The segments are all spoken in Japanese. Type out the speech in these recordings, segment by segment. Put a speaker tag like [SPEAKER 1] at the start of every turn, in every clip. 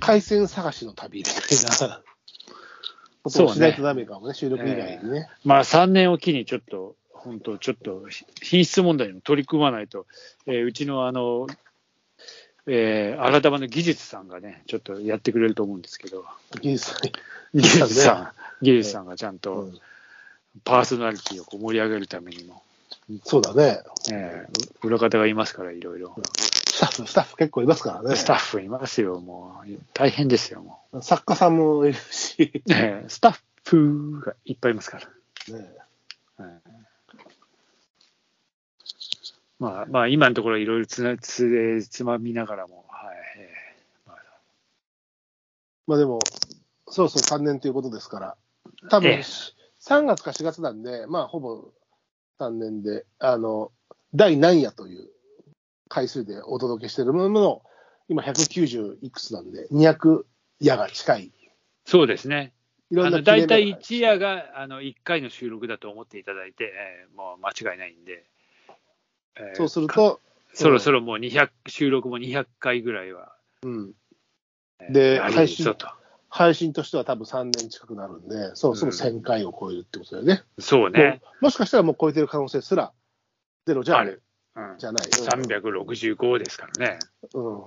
[SPEAKER 1] 海鮮探しの旅みたいなことをしないとダメかもね、収録以外にね。
[SPEAKER 2] まあ3年を機にちょっと、本当ちょっと品質問題にも取り組まないと、えーうちのあの、えー、新玉の技術さんがね、ちょっとやってくれると思うんですけど、
[SPEAKER 1] 技術さん
[SPEAKER 2] 技術さん、技術さんがちゃん
[SPEAKER 1] う
[SPEAKER 2] と
[SPEAKER 1] ん
[SPEAKER 2] パーソナリティをこう盛り上げるためにも、
[SPEAKER 1] そうだね。
[SPEAKER 2] えー、裏方がいますから、いろいろ。
[SPEAKER 1] スタッフ、スタッフ結構いますからね。
[SPEAKER 2] スタッフいますよ、もう。大変ですよ、も
[SPEAKER 1] 作家さんもいるし。
[SPEAKER 2] う。えースタッフがいっぱいいますから。
[SPEAKER 1] ね
[SPEAKER 2] まあ、まあ、今のところいろいろつなつえーつまみながらも、はい。えーまあ
[SPEAKER 1] まあでも、そろそろ3年ということですから、多分、
[SPEAKER 2] ええ
[SPEAKER 1] 3月か4月なんで、まあほぼ3年で、あの、第何夜という回数でお届けしているものの、今190いくつなんで、200夜が近い。
[SPEAKER 2] そうですね。
[SPEAKER 1] い
[SPEAKER 2] あ
[SPEAKER 1] ろんな
[SPEAKER 2] の
[SPEAKER 1] 記念
[SPEAKER 2] 大
[SPEAKER 1] 日が
[SPEAKER 2] 体一夜があの1回の収録だと思っていただいて、えーもう間違いないんで、えー
[SPEAKER 1] そうする
[SPEAKER 2] か
[SPEAKER 1] と、
[SPEAKER 2] そろそろもう200、収録も200回ぐらいは、
[SPEAKER 1] うん、
[SPEAKER 2] えー
[SPEAKER 1] で
[SPEAKER 2] やはり
[SPEAKER 1] 最終
[SPEAKER 2] そうと。
[SPEAKER 1] 配信としては多分3年近くなるんで、そろそろ1000回を超えるってことだよね。
[SPEAKER 2] そうね。
[SPEAKER 1] もうもしかしたらもう超えてる可能性すらゼロじゃ
[SPEAKER 2] あ
[SPEAKER 1] あ
[SPEAKER 2] るうん、
[SPEAKER 1] じゃない。うん
[SPEAKER 2] 365ですからね。
[SPEAKER 1] うん。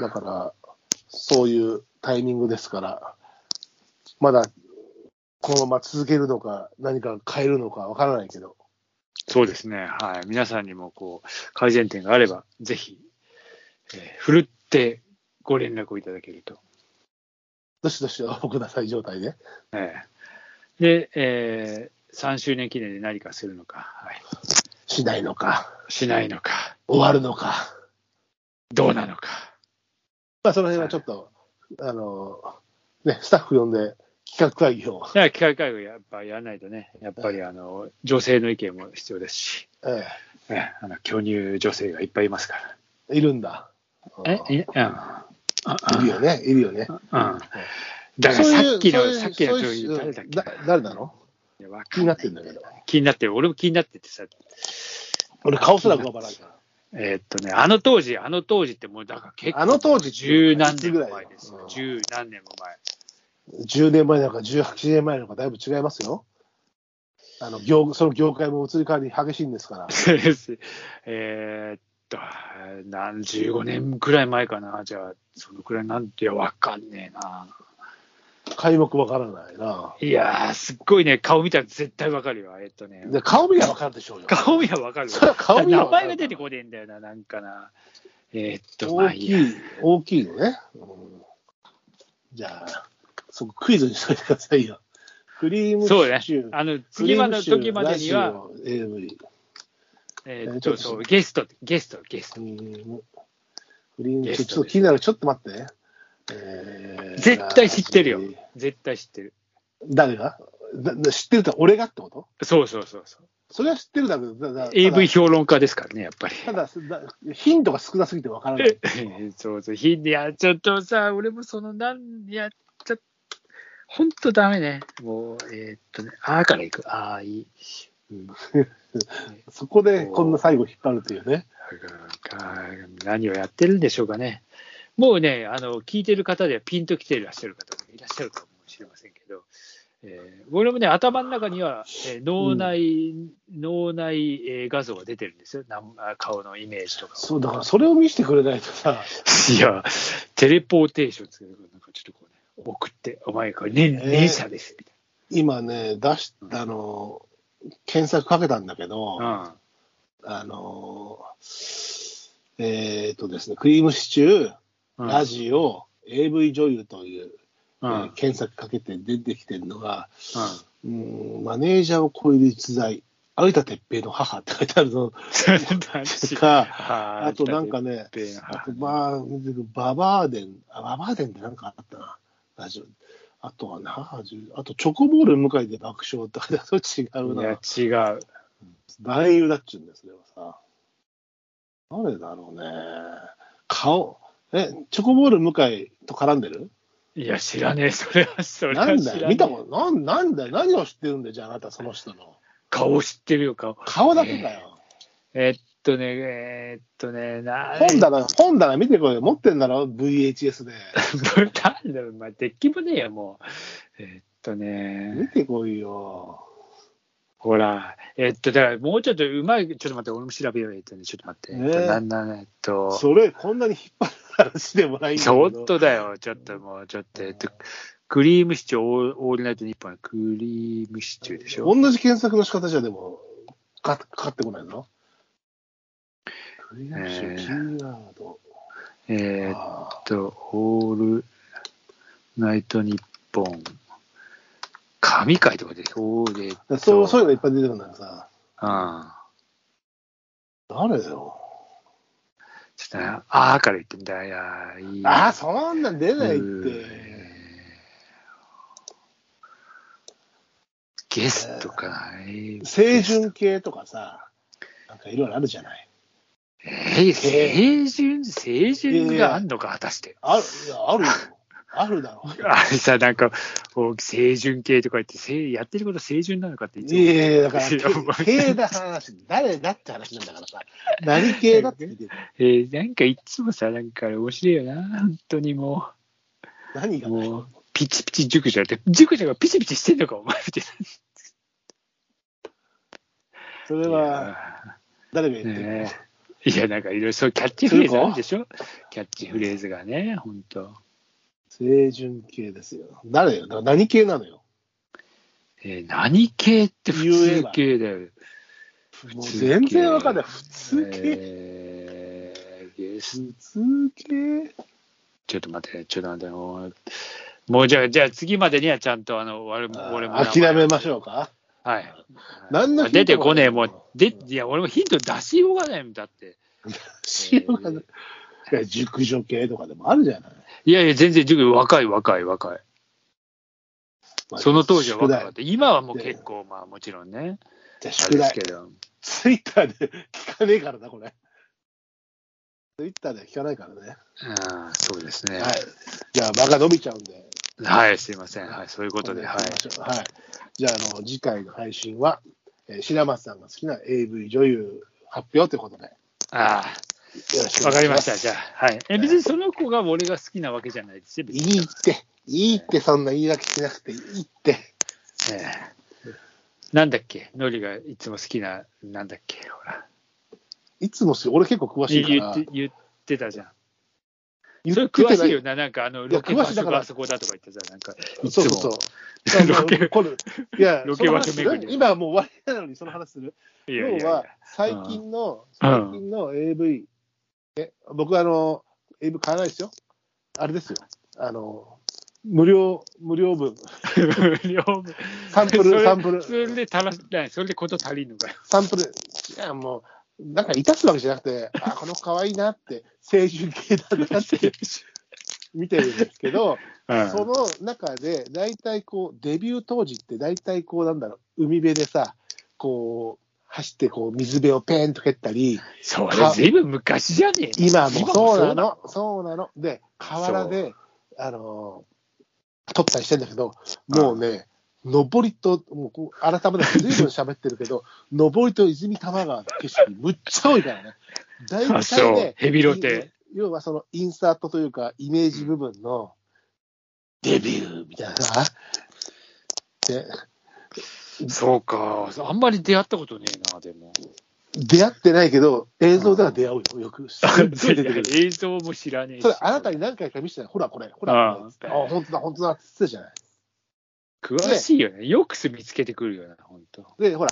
[SPEAKER 1] だから、そういうタイミングですから、まだこのまま続けるのか、何か変えるのかわからないけど、
[SPEAKER 2] そうですね。はい。皆さんにも、こう、改善点があれば、ぜひ、えーふるってご連絡をいただけると。
[SPEAKER 1] どしどしおください状態で。
[SPEAKER 2] えーで、え3周年記念で何かするのか、はい、
[SPEAKER 1] しないのか、
[SPEAKER 2] しないのか、
[SPEAKER 1] 終わるのか。
[SPEAKER 2] どうなのか。
[SPEAKER 1] まあ、その辺はちょっと、あの、ね、スタッフ呼んで企画会議を、
[SPEAKER 2] いや、機械会議やっぱやらないとね、やっぱり、あの、女性の意見も必要ですし、
[SPEAKER 1] え
[SPEAKER 2] えーあの、巨乳女性がいっぱいいますから。
[SPEAKER 1] えいるんだ。
[SPEAKER 2] え、
[SPEAKER 1] うん
[SPEAKER 2] いうん。あ
[SPEAKER 1] いるよね、いるよね。
[SPEAKER 2] うん。だからさっきの、さっきの
[SPEAKER 1] そう
[SPEAKER 2] 女
[SPEAKER 1] い
[SPEAKER 2] 優、
[SPEAKER 1] う
[SPEAKER 2] 誰だっけ
[SPEAKER 1] だ誰なの
[SPEAKER 2] いやわ
[SPEAKER 1] 気
[SPEAKER 2] か
[SPEAKER 1] に
[SPEAKER 2] ん
[SPEAKER 1] な
[SPEAKER 2] な
[SPEAKER 1] っ
[SPEAKER 2] い
[SPEAKER 1] てんだけど。
[SPEAKER 2] 気になってる、俺も気になっててさ、
[SPEAKER 1] 俺、顔すら浮かばないから。
[SPEAKER 2] えーっとね、あの当時、あの当時ってもう、だから結構、
[SPEAKER 1] あの当時
[SPEAKER 2] 十何年も
[SPEAKER 1] いつ
[SPEAKER 2] 前
[SPEAKER 1] ぐらい
[SPEAKER 2] です
[SPEAKER 1] う
[SPEAKER 2] よ
[SPEAKER 1] ん。
[SPEAKER 2] 十何年も
[SPEAKER 1] 10年前なのか18年前なのかだいぶ違いますよ。あの業その業界も移り変わり激しいんですから。
[SPEAKER 2] 前。 えーっと、何、15年くらい前かな。じゃあ、そのくらいなんて、いやわかんねえな。
[SPEAKER 1] 皆目わからないない
[SPEAKER 2] やー、すっごいね、顔見たら絶対わかるよ。えーっとね、
[SPEAKER 1] で顔見りゃわかるでしょうよ。
[SPEAKER 2] 顔見はわかるよ
[SPEAKER 1] そりゃ顔見りゃ
[SPEAKER 2] 名
[SPEAKER 1] わか
[SPEAKER 2] 前
[SPEAKER 1] る
[SPEAKER 2] が出てこねえんだよな、なんかな。えーっと、まあ
[SPEAKER 1] 大
[SPEAKER 2] い
[SPEAKER 1] き
[SPEAKER 2] いや
[SPEAKER 1] い、大きいのね。うんじゃあ、そこクイズにしといてくださいよ。クリームシチ
[SPEAKER 2] そうね
[SPEAKER 1] ュー。。
[SPEAKER 2] あの、
[SPEAKER 1] クリ
[SPEAKER 2] 次
[SPEAKER 1] ー
[SPEAKER 2] ま
[SPEAKER 1] ム
[SPEAKER 2] での
[SPEAKER 1] シチュー
[SPEAKER 2] 時までには、。
[SPEAKER 1] ラジオ AV
[SPEAKER 2] え
[SPEAKER 1] オ
[SPEAKER 2] ーっ
[SPEAKER 1] ちょっ
[SPEAKER 2] と、
[SPEAKER 1] と
[SPEAKER 2] そう、ゲスト、ゲスト、ゲス
[SPEAKER 1] ク
[SPEAKER 2] ト。
[SPEAKER 1] リームクリームシチュ
[SPEAKER 2] ゲ
[SPEAKER 1] ー
[SPEAKER 2] ストです
[SPEAKER 1] ちょっと気になる。ちょっと待ってね。えー
[SPEAKER 2] 絶対知ってるよ。絶対知ってる。
[SPEAKER 1] 誰がだだ知ってるって俺がってこと
[SPEAKER 2] そうそうそうそう。
[SPEAKER 1] それは知ってるだけど、だだ
[SPEAKER 2] AV 評論家ですからね、やっぱり。
[SPEAKER 1] ただただだ頻度が少なすぎてわからない。
[SPEAKER 2] そうそう、ひでやっちゃうとさ、俺もその、なん、やっちゃ、ほんとダメね。もう、えーっとね、あーからいく。あーいい。うん、
[SPEAKER 1] そこでこんな最後引っ張るというね。
[SPEAKER 2] 何をやってるんでしょうかね。もうね、あの、聞いてる方ではピンと来ていらっしゃる方もいらっしゃるかもしれませんけど、えー俺もね、頭の中には、えー脳内、脳内、えー画像が出てるんですよ。なんあ顔のイメージとかを。
[SPEAKER 1] そう、だからそれを見せてくれないとさ、
[SPEAKER 2] いや、テレポーテーションつけてくるなんかちょっとこうね、送って、お前これ、ね、
[SPEAKER 1] えー
[SPEAKER 2] 年者です、みたい
[SPEAKER 1] 今ね、出し、あの、検索かけたんだけど、
[SPEAKER 2] な。うん。
[SPEAKER 1] あの、えーっとですね、クリームシチュー、
[SPEAKER 2] うん
[SPEAKER 1] ラジオ、AV 女優という、
[SPEAKER 2] うん。
[SPEAKER 1] えー検索かけて出てきてるのが、
[SPEAKER 2] う
[SPEAKER 1] うーん、マネージャーを超える逸材、有田哲平の母って書いてあるのと
[SPEAKER 2] ん。
[SPEAKER 1] か、
[SPEAKER 2] あ
[SPEAKER 1] あとなんかね、あとまあ、ババアデン、あババアデンってなんかあったな、ラジオ。あとはな、あとチョコボール向かいで爆笑って、あそれ違う
[SPEAKER 2] い
[SPEAKER 1] な
[SPEAKER 2] や、、違う。
[SPEAKER 1] 男優だっちゅうんです、それはさ。誰だろうね。顔、え、チョコボール向かいと絡んでる
[SPEAKER 2] いや、知らねえ、 それは、それは
[SPEAKER 1] なん
[SPEAKER 2] 知ら
[SPEAKER 1] だ
[SPEAKER 2] ね
[SPEAKER 1] よ、
[SPEAKER 2] え
[SPEAKER 1] 見たこと、なんなんだよ、何を知ってるんだよ、じゃああなた、その人の。
[SPEAKER 2] 顔知ってるよ、顔。
[SPEAKER 1] 顔だけだよ。
[SPEAKER 2] えーっとね、えーっとね、な
[SPEAKER 1] 本棚、本棚見てこれ、持ってんだろ、VHS で。
[SPEAKER 2] なんだろう、まあ、デッキもねえよ、もう。えーっとね、
[SPEAKER 1] 見てこいよ。
[SPEAKER 2] ほら、えーっと、だからもうちょっとうまい、ちょっと待って、俺も調べようえーっとね、ちょっと待って、
[SPEAKER 1] ね
[SPEAKER 2] えーっと、なんなん、えーっと、
[SPEAKER 1] それ、こんなに引っ張る話でもないんだけ
[SPEAKER 2] ちょ
[SPEAKER 1] ど。
[SPEAKER 2] っとだよ、ちょっともう、ちょっと、えっと、クリームシチュー、オーオールナイトニッポン、クリームシチューでしょ。
[SPEAKER 1] 同じ検索の仕方じゃでもかかかってこないのクリアシ
[SPEAKER 2] えー
[SPEAKER 1] ュキーワード、
[SPEAKER 2] えーっ
[SPEAKER 1] あー
[SPEAKER 2] と、オールナイトニッポン、神回とかでしょ、オールえっと
[SPEAKER 1] そうそういうのいっぱい出てくるんだけどさ
[SPEAKER 2] あ
[SPEAKER 1] 誰よ
[SPEAKER 2] ちょっとね、あーから言ってみたいやー、いい。
[SPEAKER 1] ああそんなん出ないっ
[SPEAKER 2] うー
[SPEAKER 1] て
[SPEAKER 2] ゲストか、えー
[SPEAKER 1] 清純系とかさなんかいろいろあるじゃない
[SPEAKER 2] えー、青春、青春があんのか、果たして。
[SPEAKER 1] あるいやあ るよあるだろう
[SPEAKER 2] あれさ、なんか、こう清純系とか言って、せいやってること清純なのかっていつも
[SPEAKER 1] いやいやだから
[SPEAKER 2] いやお前
[SPEAKER 1] 系だ話誰だって話なんだからさ 何系だって聞いてる
[SPEAKER 2] えーなんかいつもさ、なんか面白いよな、本当にも
[SPEAKER 1] 何
[SPEAKER 2] う。
[SPEAKER 1] がない
[SPEAKER 2] もう、ピチピチ熟女って、熟女がピチピチしてんのか、お前みたい
[SPEAKER 1] それ
[SPEAKER 2] な。
[SPEAKER 1] は誰が言ってるの、
[SPEAKER 2] ねえいや、なんかいろいろそうキャッチフレーズあるでしょキャッチフレーズがね、本当
[SPEAKER 1] 清純系ですよ誰よだから何系なのよ
[SPEAKER 2] えー何系って普通系だよ。
[SPEAKER 1] もう
[SPEAKER 2] 普通系
[SPEAKER 1] 全然わかんない。普通系、
[SPEAKER 2] えーゲス
[SPEAKER 1] 普通系
[SPEAKER 2] ちょっと待って、ちょっと待って、もう、もうじゃあ、じゃあ次までにはちゃんと、あの、俺も、俺も。
[SPEAKER 1] 諦めましょうか。
[SPEAKER 2] う。はい。
[SPEAKER 1] 何のヒントも
[SPEAKER 2] 出てこねえ、もう、で、いや、俺もヒント出しようがないもんだって。
[SPEAKER 1] 知らない。いや熟女系とかでもあるじゃない。
[SPEAKER 2] いやいや、全然、塾若い、若い、若い。
[SPEAKER 1] まあ
[SPEAKER 2] その当時は
[SPEAKER 1] 宿
[SPEAKER 2] 若か
[SPEAKER 1] 題
[SPEAKER 2] っ。た。今はもう結構、まあ、もちろんね。
[SPEAKER 1] じゃあ
[SPEAKER 2] あ
[SPEAKER 1] 宿
[SPEAKER 2] れです
[SPEAKER 1] 題
[SPEAKER 2] け。ど。
[SPEAKER 1] ツイッターで聞かねえからな、これ。ツイッターでは聞かないからね。
[SPEAKER 2] ああ、そうですね。
[SPEAKER 1] はい。じゃあ、間が伸びちゃうんで。
[SPEAKER 2] はい、すいません。はい、そういうことで、
[SPEAKER 1] お願
[SPEAKER 2] はい
[SPEAKER 1] しましょうはい。じゃあ、あの、次回の配信は、えー白松さんが好きな AV 女優発表ということで。よ
[SPEAKER 2] い。あ
[SPEAKER 1] ろしく
[SPEAKER 2] あ、
[SPEAKER 1] お
[SPEAKER 2] わか
[SPEAKER 1] 願いし
[SPEAKER 2] りま
[SPEAKER 1] ます
[SPEAKER 2] した。じゃあ、はい。え、別にその子が俺が好きなわけじゃないですよ。別
[SPEAKER 1] い
[SPEAKER 2] に
[SPEAKER 1] いって、いいって、そんな言い訳しなくていいって。
[SPEAKER 2] ええなんだっけ、ノリがいつも好きな、なんだっけ、ほら。
[SPEAKER 1] いつもし、俺結構詳しい
[SPEAKER 2] 言
[SPEAKER 1] か
[SPEAKER 2] っ
[SPEAKER 1] ら。
[SPEAKER 2] て言ってたじゃん。
[SPEAKER 1] 言
[SPEAKER 2] それ
[SPEAKER 1] って
[SPEAKER 2] 詳
[SPEAKER 1] た
[SPEAKER 2] しいよな、なんかあの、
[SPEAKER 1] いや
[SPEAKER 2] ロケ場
[SPEAKER 1] 詳しいだか
[SPEAKER 2] 所が
[SPEAKER 1] ら
[SPEAKER 2] あそこだとか言ってた、なんか、いつ
[SPEAKER 1] そう
[SPEAKER 2] も。
[SPEAKER 1] そうそう。
[SPEAKER 2] ロケ
[SPEAKER 1] あのこれいや、
[SPEAKER 2] ロ
[SPEAKER 1] ロ
[SPEAKER 2] ケ
[SPEAKER 1] ケ
[SPEAKER 2] 場
[SPEAKER 1] 場
[SPEAKER 2] 所
[SPEAKER 1] 所
[SPEAKER 2] 巡り
[SPEAKER 1] 今はもう終わりなのにその話する。
[SPEAKER 2] いやいやい
[SPEAKER 1] 要は
[SPEAKER 2] や、
[SPEAKER 1] 最近の、
[SPEAKER 2] うん
[SPEAKER 1] 最近の AV、ね、僕はあの、AV 買わないですよ。あれですよ。あの、無料、無料分。
[SPEAKER 2] 両方
[SPEAKER 1] サンプ
[SPEAKER 2] それ
[SPEAKER 1] ル、サンプ
[SPEAKER 2] それ
[SPEAKER 1] ル、
[SPEAKER 2] で足らない、それでこと足りんのかよ。
[SPEAKER 1] サンプル。いや、もう、なんかいたすわけじゃなくて、あ、この子可愛いなって、青春系だなって見てるんですけど、
[SPEAKER 2] うん
[SPEAKER 1] その中で、大体こう、デビュー当時って、大体こう、なんだろう、海辺でさ、こう、走ってこう、水辺をペーンと蹴ったり、
[SPEAKER 2] それ、ずいぶん昔じゃねえ
[SPEAKER 1] 今も
[SPEAKER 2] も
[SPEAKER 1] そうなの、そうなの。で、河原で、あのー撮ったりしてんだけど、もうね、上りと、もうこう改めて随 分喋ってるけど、上りと泉多摩川の景色、むっちゃ多いから ね。大
[SPEAKER 2] あ
[SPEAKER 1] 体
[SPEAKER 2] そう
[SPEAKER 1] ね、
[SPEAKER 2] ヘビロテ。
[SPEAKER 1] 要はそのインサートというか、イメージ部分のデビューみたいなさ。で、
[SPEAKER 2] そうか、あんまり出会ったことねえな、でも。
[SPEAKER 1] 出会ってないけど、映像では出会うよ、よく。すっごい 出て くる。
[SPEAKER 2] 映像も知らねえし
[SPEAKER 1] それ、あなたに何回か見せたら、ほら、これ、ほ
[SPEAKER 2] あ
[SPEAKER 1] ら、
[SPEAKER 2] あ
[SPEAKER 1] これっつってあ、本当だ、本当だって言ってたじゃない。
[SPEAKER 2] 詳しいよね。よく見つけてくるよな、本当。
[SPEAKER 1] で、ほら、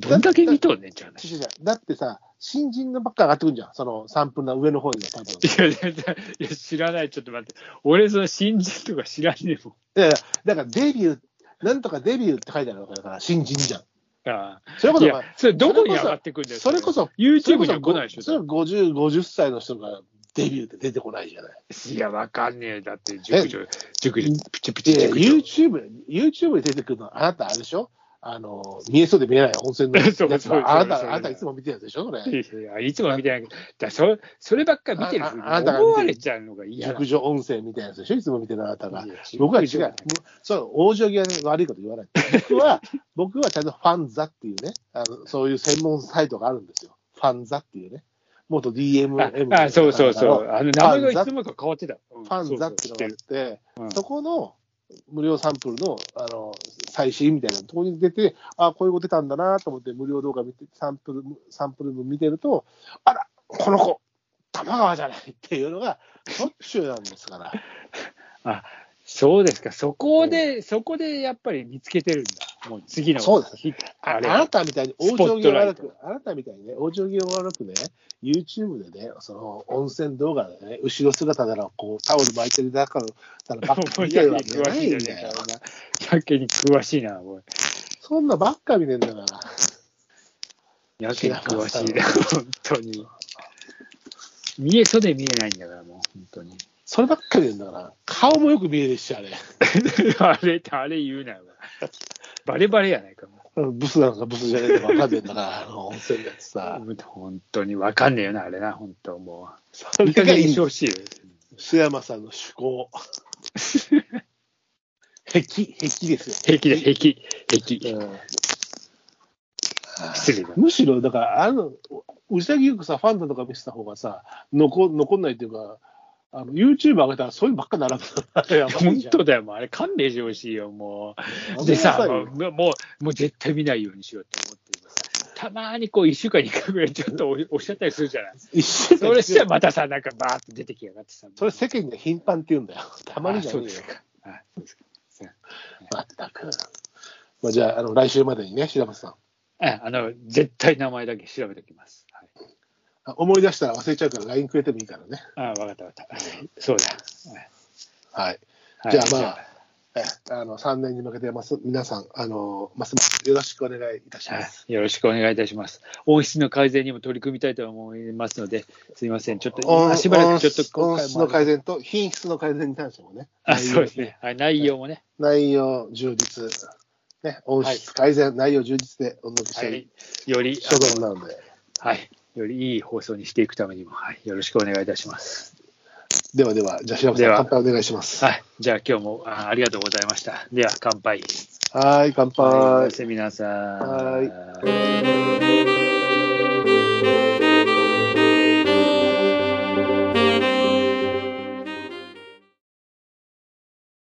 [SPEAKER 2] どんだけ見とんねんって話。
[SPEAKER 1] 違う違うだってさ、新人のばっか上がってくるじゃん、そのサンプルの上の方には多分。
[SPEAKER 2] いやいやいやいや、知らない、ちょっと待って。俺、その新人とか知らねえもん。
[SPEAKER 1] いやいやだからデビュー、なんとかデビューって書いてあるわけだから、新人じゃん。
[SPEAKER 2] あ
[SPEAKER 1] それ
[SPEAKER 2] あ
[SPEAKER 1] こ
[SPEAKER 2] い
[SPEAKER 1] そ、
[SPEAKER 2] や、それどこに上がってくるんだよ。
[SPEAKER 1] それこそ、
[SPEAKER 2] YouTube には来ないでし
[SPEAKER 1] それ
[SPEAKER 2] ょ。
[SPEAKER 1] は50、50歳の人がデビューって出てこないじゃない。
[SPEAKER 2] いや、わかんねえ。だって、熟女、熟女、プチプチ
[SPEAKER 1] いや、
[SPEAKER 2] 熟女。
[SPEAKER 1] YouTube、YouTube に出てくるのは、あなたあれでしょあの、見えそうで見えない温泉のやつ
[SPEAKER 2] そうそうそう
[SPEAKER 1] あな
[SPEAKER 2] そうそう
[SPEAKER 1] た、あなたいつも見てるやつでしょそれ。
[SPEAKER 2] いやいつも見てないけど、だそそればっかり見てるふうに
[SPEAKER 1] あああなたが見てる
[SPEAKER 2] 思われちゃうのが嫌だ
[SPEAKER 1] 熟。女音声みたいなやつでしょいつも見てるあなたが
[SPEAKER 2] いや。
[SPEAKER 1] 僕は違
[SPEAKER 2] 熟女
[SPEAKER 1] う。そう、往生際に悪いこと言わない。僕は、僕はちゃんとファンザっていうね、あのそういう専門サイトがあるんですよ。ファンザっていうね、元 DMM
[SPEAKER 2] ああそうそうそ
[SPEAKER 1] の
[SPEAKER 2] う。あの、名前がいつもか変わってた。フ
[SPEAKER 1] ファンザっていうのがあって、
[SPEAKER 2] うん
[SPEAKER 1] そこの無料サンプルのあの最新みたいなところに出て、あこういう子出たんだなと思って、無料動画見て、サンプル、サンプル見てると、あら、この子、玉川じゃないっていうのが、しょっちゅうなんですから。
[SPEAKER 2] そうですか。そこで、そこでやっぱり見つけてるんだ。もう次の。
[SPEAKER 1] そうです
[SPEAKER 2] ヒッ
[SPEAKER 1] あ
[SPEAKER 2] あれ
[SPEAKER 1] あなたみたいに往生際悪
[SPEAKER 2] スポッ
[SPEAKER 1] く、あなたみたいにね、往生際悪くね、YouTube でね、その温泉動画でね、後ろ姿ならこうタオル巻いてる中の、だからばっかり見てるわけじゃない んだよ。
[SPEAKER 2] やけに詳しいな、おい。
[SPEAKER 1] そんなばっか見てんだから。
[SPEAKER 2] やけに詳しいな、本当に。見えそうで見えないんだから、もう、本当に。
[SPEAKER 1] そればっかり見てんだから。顔もよく見えるし、あれ。
[SPEAKER 2] あれ、あれ言うなよ。バレバレやないか、も
[SPEAKER 1] ブスなのかブスじゃないのか分かんねえんだ から、あの温泉だってさ。
[SPEAKER 2] う。本当にわかんねえよな、あれな、本当も。
[SPEAKER 1] そうれ
[SPEAKER 2] いい加
[SPEAKER 1] が
[SPEAKER 2] 減
[SPEAKER 1] い
[SPEAKER 2] にし
[SPEAKER 1] い
[SPEAKER 2] て。ほしいよ。
[SPEAKER 1] 須山さんの趣 向。壁、壁ですよ。
[SPEAKER 2] 平気で、平気、平気。
[SPEAKER 1] うん
[SPEAKER 2] 失礼だ。
[SPEAKER 1] むしろ、だから、あの、うさぎよくさ、ファンだとか見せた方がさ、残残んないっていうか、あの YouTube 上げたらそういうのばっか並ぶのあ れやばい
[SPEAKER 2] 本
[SPEAKER 1] じゃん。
[SPEAKER 2] 当だよ、もうあれ勘弁してほしいよ、も。
[SPEAKER 1] やめなさいうよ
[SPEAKER 2] でさ、もう、もう、もう絶対見ないようにしようって思って今さ、たまにこう、1週間に1回ぐらいちょっとおおっしゃったりするじゃない。
[SPEAKER 1] 一週間
[SPEAKER 2] それ
[SPEAKER 1] に
[SPEAKER 2] したらまたさ、なんかバーって出てきやがってさ、
[SPEAKER 1] それ世間で頻繁って言うんだよ。たまにじゃ
[SPEAKER 2] あそう
[SPEAKER 1] ね
[SPEAKER 2] で
[SPEAKER 1] えよ
[SPEAKER 2] す。か。あそうですか
[SPEAKER 1] まったく。まあ、じゃあ、あの来週までにね、白松さん。
[SPEAKER 2] ああの、絶対名前だけ調べておきます。はい、
[SPEAKER 1] あ思い出したら忘れちゃうから LINE くれてもいいからね。
[SPEAKER 2] あわかったわかった。そうだ。
[SPEAKER 1] はい。
[SPEAKER 2] はい
[SPEAKER 1] じゃあまあえあの3年に向けてます皆さん、あのますますよろしくお願いいたしま
[SPEAKER 2] はい
[SPEAKER 1] す。
[SPEAKER 2] よろしくお願いいたします。音質の改善にも取り組みたいと思いますので、すいません、ちょっと
[SPEAKER 1] 音
[SPEAKER 2] 今しばらくちょっと
[SPEAKER 1] 音音
[SPEAKER 2] 今回
[SPEAKER 1] 質の
[SPEAKER 2] もあの。
[SPEAKER 1] 改善と品質の改善に関してもね。
[SPEAKER 2] あ、そうですね。はい、内容もね。
[SPEAKER 1] 内容充実、ね、音質改善、内容充実でお届けし
[SPEAKER 2] は
[SPEAKER 1] てい
[SPEAKER 2] い
[SPEAKER 1] る、
[SPEAKER 2] より、
[SPEAKER 1] 所存なので、
[SPEAKER 2] はい、よりいい放送にしていくためにも、はい、よろしくお願いいたします。
[SPEAKER 1] ではでは、じゃあ、白松
[SPEAKER 2] で
[SPEAKER 1] さん、
[SPEAKER 2] は
[SPEAKER 1] 乾杯お願いします。
[SPEAKER 2] はい、じゃあ今日もあありがとうございました。では、乾杯。
[SPEAKER 1] はい、乾
[SPEAKER 2] お
[SPEAKER 1] 杯
[SPEAKER 2] や。すみなさい。
[SPEAKER 1] は